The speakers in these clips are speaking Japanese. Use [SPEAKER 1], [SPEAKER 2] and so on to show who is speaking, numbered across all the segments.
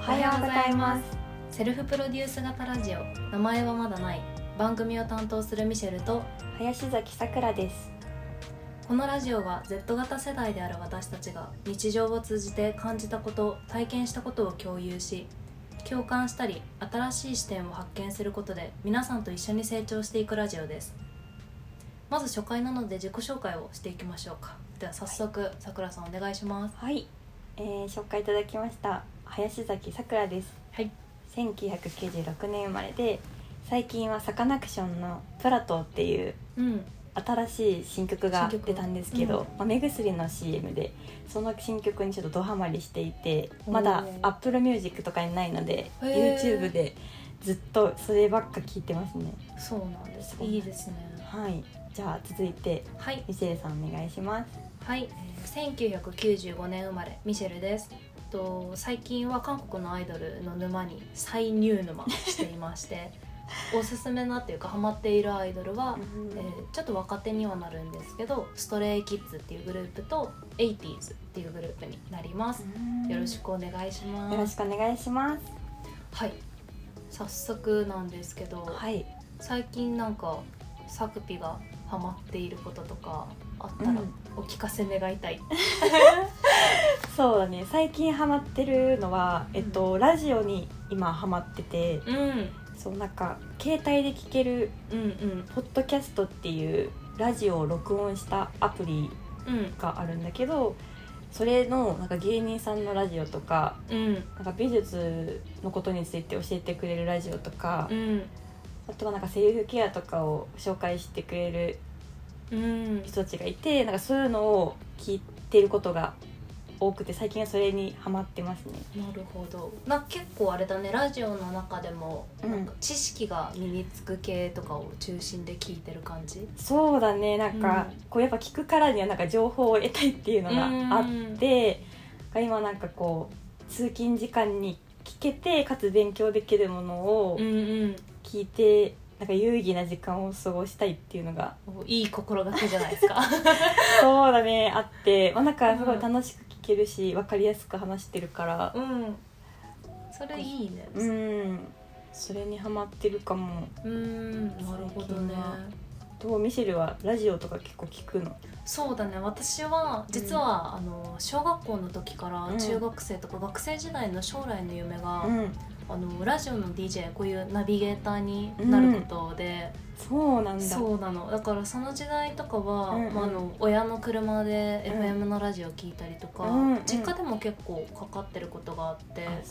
[SPEAKER 1] はようございます
[SPEAKER 2] セルフプロデュース型ラジオ名前はまだない番組を担当するミシェルと
[SPEAKER 1] 林崎さくらです
[SPEAKER 2] このラジオは Z 型世代である私たちが日常を通じて感じたこと体験したことを共有し共感したり新しい視点を発見することで皆さんと一緒に成長していくラジオですまず初回なので自己紹介をしていきましょうかでは早速さくらさんお願いします
[SPEAKER 1] はい、えー、紹介いただきました林崎さくらです
[SPEAKER 2] はい
[SPEAKER 1] 1996年生まれで最近はサカナクションの「プラトー」っていう
[SPEAKER 2] うん
[SPEAKER 1] 新しい新曲が
[SPEAKER 2] 新曲
[SPEAKER 1] 出たんですけど、
[SPEAKER 2] うん
[SPEAKER 1] まあ、目薬の CM でその新曲にちょっとドハマりしていて
[SPEAKER 2] おー
[SPEAKER 1] まだ AppleMusic とかにないので
[SPEAKER 2] へー
[SPEAKER 1] YouTube でずっとそればっか聞いてますね
[SPEAKER 2] そうなんです
[SPEAKER 1] そうなんです
[SPEAKER 2] いいですね
[SPEAKER 1] はいじゃあ続いて
[SPEAKER 2] はい
[SPEAKER 1] ミシェルさんお願いします
[SPEAKER 2] はい、えー1995年生まれミシェルです。と最近は韓国のアイドルの沼に再入沼していまして おすすめなっていうかハマっているアイドルは、えーちょっと若手にはなるんですけどストレイキッズっていうグループと 80s っていうグループになります。よろしくお願いし
[SPEAKER 1] よろ
[SPEAKER 2] ます。
[SPEAKER 1] しくお願いします
[SPEAKER 2] はい早速なんですけど、
[SPEAKER 1] はい
[SPEAKER 2] 最近なんかサクピがハマっていることとかあったら
[SPEAKER 1] うん
[SPEAKER 2] お聞かせ願いたい。
[SPEAKER 1] そうだね最近ハマってるのは、えっと、ラジオに今ハマってて
[SPEAKER 2] うん
[SPEAKER 1] そうなんか携帯で聴ける
[SPEAKER 2] うんうん
[SPEAKER 1] ポッドキャストっていうラジオを録音したアプリ
[SPEAKER 2] うん
[SPEAKER 1] があるんだけどそれのなんか芸人さんのラジオとか
[SPEAKER 2] うん
[SPEAKER 1] なんか美術のことについて教えてくれるラジオとか、
[SPEAKER 2] うん
[SPEAKER 1] あとはなんかセルフケアとかを紹介してくれる
[SPEAKER 2] うん
[SPEAKER 1] 人たちがいてなんかそういうのを聞いてることが多くて最近はそれにハマってますね。
[SPEAKER 2] なるほどな結構あれだねラジオの中でも
[SPEAKER 1] うん
[SPEAKER 2] なんか知識が身につく系とかを中心で聞いてる感じ
[SPEAKER 1] そうだねなんか、
[SPEAKER 2] うん
[SPEAKER 1] こうやっぱ聞くからにはなんか情報を得たいっていうのがあって、が今なんかこう通勤時間に聞けてかつ勉強できるものを
[SPEAKER 2] うんうん
[SPEAKER 1] 聞いて、なんか有意義な時間を過ごしたいっていうのが
[SPEAKER 2] おいい心がけじゃないですか
[SPEAKER 1] そうだねあって、まあ、なんかすごい楽しく聞けるし分かりやすく話してるから
[SPEAKER 2] うんそれいいね
[SPEAKER 1] うん、それにハマってるかも
[SPEAKER 2] うんなるほどね
[SPEAKER 1] 最近はどうミシェルはラジオとか結構聞くの
[SPEAKER 2] そうだね私は実は、あの小学校の時から
[SPEAKER 1] うん
[SPEAKER 2] 中学生とか学生時代の将来の夢が、
[SPEAKER 1] うん
[SPEAKER 2] あのラジオの DJ こういうナビゲーターになることで、
[SPEAKER 1] そうなんだ
[SPEAKER 2] そうなのだからその時代とかは、
[SPEAKER 1] うんうん
[SPEAKER 2] まあ、あの親の車で
[SPEAKER 1] うん
[SPEAKER 2] FM のラジオ聞いたりとか、
[SPEAKER 1] うんうん
[SPEAKER 2] 実家でも結構かかってることがあって
[SPEAKER 1] あ、そうなんだ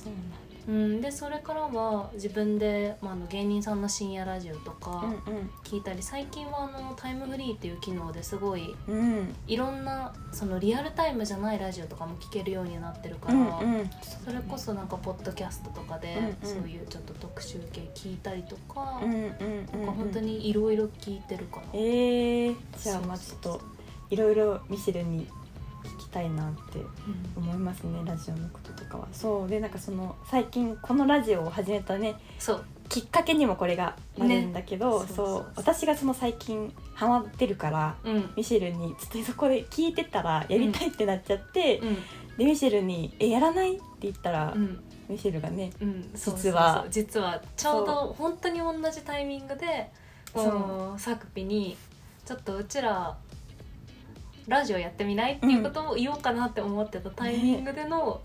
[SPEAKER 2] うん、でそれからは自分で、まあ、あの芸人さんの深夜ラジオとか
[SPEAKER 1] う
[SPEAKER 2] 聞いたり、最近はあのタイムフリーっていう機能ですごい
[SPEAKER 1] んうんうん
[SPEAKER 2] いろんなそのリアルタイムじゃないラジオとかも聞けるようになってるから。
[SPEAKER 1] うんうん、
[SPEAKER 2] それこそなんかポッドキャストとかで、
[SPEAKER 1] うんうん
[SPEAKER 2] そういうちょっと特集系聞いたりとか、
[SPEAKER 1] うんうんうん、うん、
[SPEAKER 2] なんか本当にいろいろ聞いてるかな。
[SPEAKER 1] えー、じゃあ
[SPEAKER 2] そう
[SPEAKER 1] まあちょっといろいろミシェルに聞きたいなって
[SPEAKER 2] うん
[SPEAKER 1] 思いますねラジオのこととかはそうでなんかその最近このラジオを始めたね
[SPEAKER 2] そう
[SPEAKER 1] きっかけにもこれがあるんだけど、そ
[SPEAKER 2] ね
[SPEAKER 1] う
[SPEAKER 2] そうそうそう
[SPEAKER 1] 私がその最近ハマってるから
[SPEAKER 2] うん
[SPEAKER 1] ミシェルにちょっとそこで聞いてたらやりたいってなっちゃって、
[SPEAKER 2] うん
[SPEAKER 1] でミシェルに「えやらない?」って言ったら、
[SPEAKER 2] うん
[SPEAKER 1] ミシェルがね
[SPEAKER 2] うんそうそ
[SPEAKER 1] 実
[SPEAKER 2] うそう
[SPEAKER 1] は
[SPEAKER 2] 実はちょうど本当に同じタイミングで
[SPEAKER 1] そう
[SPEAKER 2] そのサクピにちょっとうちらラジオやってみないっていうことを言おうかなって思ってたタイミングでの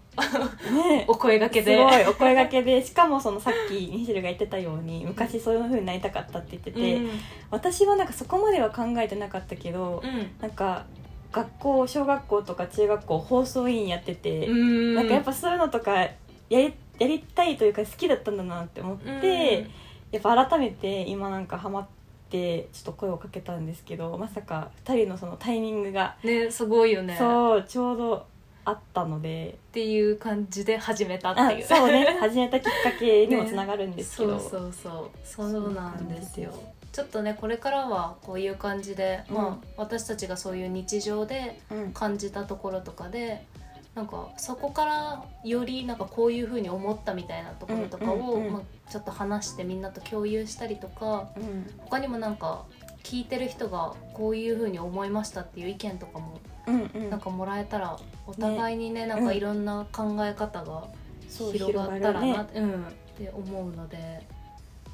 [SPEAKER 1] ね
[SPEAKER 2] お声がけで、
[SPEAKER 1] すごいお声がけでしかもそのさっきミシェルが言ってたように昔そういう風になりたかったって言ってて、
[SPEAKER 2] うん
[SPEAKER 1] 私はなんかそこまでは考えてなかったけど、なんか学校小学校とか中学校放送委員やってて、
[SPEAKER 2] うん
[SPEAKER 1] なんかやっぱそういうのとかやりやりたいというか好きだったんだなって思って、やっぱ改めて今なんかハマってちょっと声をかけたんですけどまさか2人のそのタイミングが、
[SPEAKER 2] うんねすごいよねっ
[SPEAKER 1] そうちょうどあったので。
[SPEAKER 2] ていう感じで始めたっ
[SPEAKER 1] あ
[SPEAKER 2] ていう
[SPEAKER 1] そう ね始めたきっかけにもつながるんですけど、
[SPEAKER 2] そうそうそうそうなんですよちょっとねこれからはこういう感じで、
[SPEAKER 1] うん
[SPEAKER 2] まあ私たちがそういう日常で
[SPEAKER 1] うん、
[SPEAKER 2] 感じたところとかでなんかそこからよりなんかこういうふうに思ったみたいなところとかを、
[SPEAKER 1] うんうんうん
[SPEAKER 2] まあ、ちょっと話してみんなと共有したりとか
[SPEAKER 1] う
[SPEAKER 2] 他にもなんか聞いてる人がこういうふうに思いましたっていう意見とかも
[SPEAKER 1] んうん
[SPEAKER 2] なんかもらえたらお互いにねなんかいろんな考え方が
[SPEAKER 1] そう
[SPEAKER 2] 広がったら
[SPEAKER 1] 広が
[SPEAKER 2] な、
[SPEAKER 1] るね
[SPEAKER 2] うんって思うので、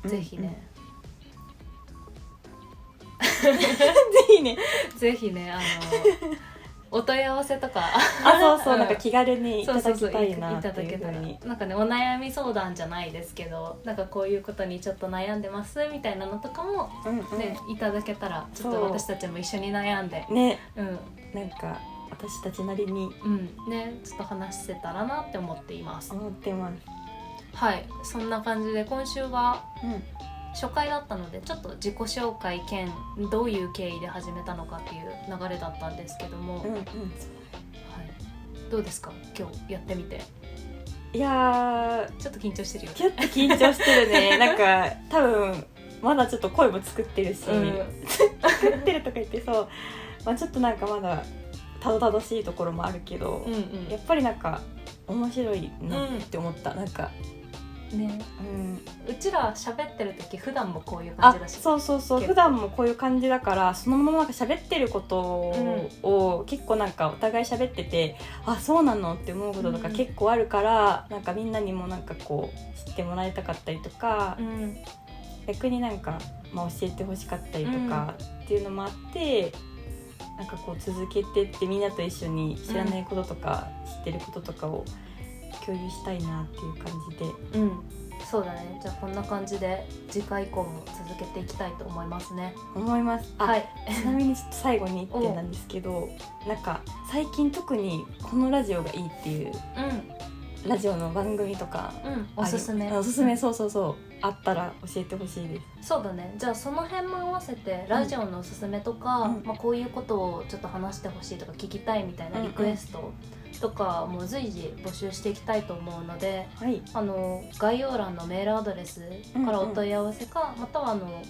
[SPEAKER 2] ぜひね、
[SPEAKER 1] うん ぜひね
[SPEAKER 2] ぜひね あのお問い合わせとか
[SPEAKER 1] あそうそう、
[SPEAKER 2] うん
[SPEAKER 1] なんか気軽にいた
[SPEAKER 2] そ
[SPEAKER 1] だ
[SPEAKER 2] うそうそう
[SPEAKER 1] きたいなって
[SPEAKER 2] ただ
[SPEAKER 1] い
[SPEAKER 2] け
[SPEAKER 1] うふ
[SPEAKER 2] た
[SPEAKER 1] う
[SPEAKER 2] ら
[SPEAKER 1] に
[SPEAKER 2] なんかねお悩み相談じゃないですけどなんかこういうことにちょっと悩んでますみたいなのとかも、
[SPEAKER 1] うん
[SPEAKER 2] ねいただけたらちょっと
[SPEAKER 1] そう
[SPEAKER 2] 私たちも一緒に悩んで
[SPEAKER 1] うんね
[SPEAKER 2] うん
[SPEAKER 1] なんか私たちなりに
[SPEAKER 2] うんねちょっと話せたらなって思っています、
[SPEAKER 1] 思ってます
[SPEAKER 2] はいそんな感じで今週は
[SPEAKER 1] うん
[SPEAKER 2] 初回だったのでちょっと自己紹介兼どういう経緯で始めたのかっていう流れだったんですけど
[SPEAKER 1] う
[SPEAKER 2] も、
[SPEAKER 1] ん
[SPEAKER 2] はい、
[SPEAKER 1] うん
[SPEAKER 2] どうですか今日やってみて
[SPEAKER 1] いやー
[SPEAKER 2] ちょっと緊張してるよね
[SPEAKER 1] ちょっと緊張してる ねなんか多分まだちょっと声も作ってるし、作ってるとか言ってそう、まあ、ちょっとなんかまだたどたどしいところもあるけど、
[SPEAKER 2] うん
[SPEAKER 1] やっぱりなんか面白いなって思った、なんか、
[SPEAKER 2] うんね
[SPEAKER 1] うん、
[SPEAKER 2] うちら喋ってる時普段もこういう感
[SPEAKER 1] あ
[SPEAKER 2] じだし
[SPEAKER 1] そうそうそう
[SPEAKER 2] 結
[SPEAKER 1] 普
[SPEAKER 2] 構
[SPEAKER 1] 段もこういう感じだからそのままなんか喋ってることを、結構なんかお互い喋っててあそうなのって思うこととか
[SPEAKER 2] うん
[SPEAKER 1] 結構あるから、なんかみんなにもなんかこう知ってもらいたかったりとか、
[SPEAKER 2] うん
[SPEAKER 1] 逆になんか、まあ、教えてほしかったりとかっていうのもあって、なんかこう続けてってみんなと一緒に知らないこととか、知ってることとかを共有したいなっていう感じで
[SPEAKER 2] うんそうだねじゃあこんな感じで次回以降も続けていきたいと思いますね
[SPEAKER 1] 思います。あ
[SPEAKER 2] はい
[SPEAKER 1] ちなみにちょっと最後に1点なんですけどなんか最近特にこのラジオがいいっていう
[SPEAKER 2] う
[SPEAKER 1] ラジオの番組とか
[SPEAKER 2] んうんおすすめ
[SPEAKER 1] あのおすすめそうそうそうあったら教えてほしいです
[SPEAKER 2] そうだねじゃあその辺も合わせてラジオのおすすめとか、
[SPEAKER 1] うん
[SPEAKER 2] まあ、こういうことをちょっと話してほしいとか聞きたいみたいなリクエストとかも随時募集していきたいと思うので
[SPEAKER 1] はい
[SPEAKER 2] あの概要欄のメールアドレスからお問い合わせか、またはあの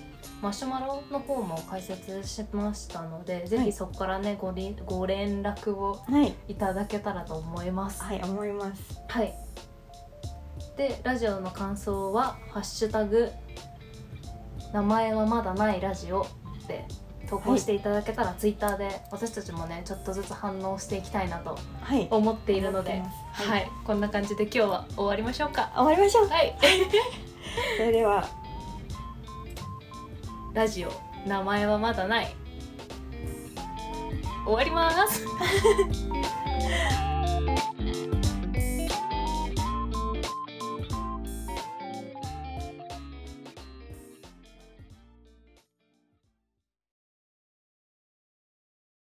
[SPEAKER 2] マシュマロの方も解説しましたので、ぜひそこからねごりご連絡を
[SPEAKER 1] はい
[SPEAKER 2] いただけたらと思います。
[SPEAKER 1] はい思います
[SPEAKER 2] はい。で、ラジオの感想は、ハッシュタグ、名前はまだないラジオで投稿していただけたら、ツイッターで私たちもね、ちょっとずつ反応していきたいなと
[SPEAKER 1] はい
[SPEAKER 2] 思っているので、
[SPEAKER 1] 思ってます
[SPEAKER 2] はい、こんな感じで今日は終わりましょうか。
[SPEAKER 1] 終わりましょう
[SPEAKER 2] はい。
[SPEAKER 1] それでは
[SPEAKER 2] ラジオ、名前はまだない。終わります。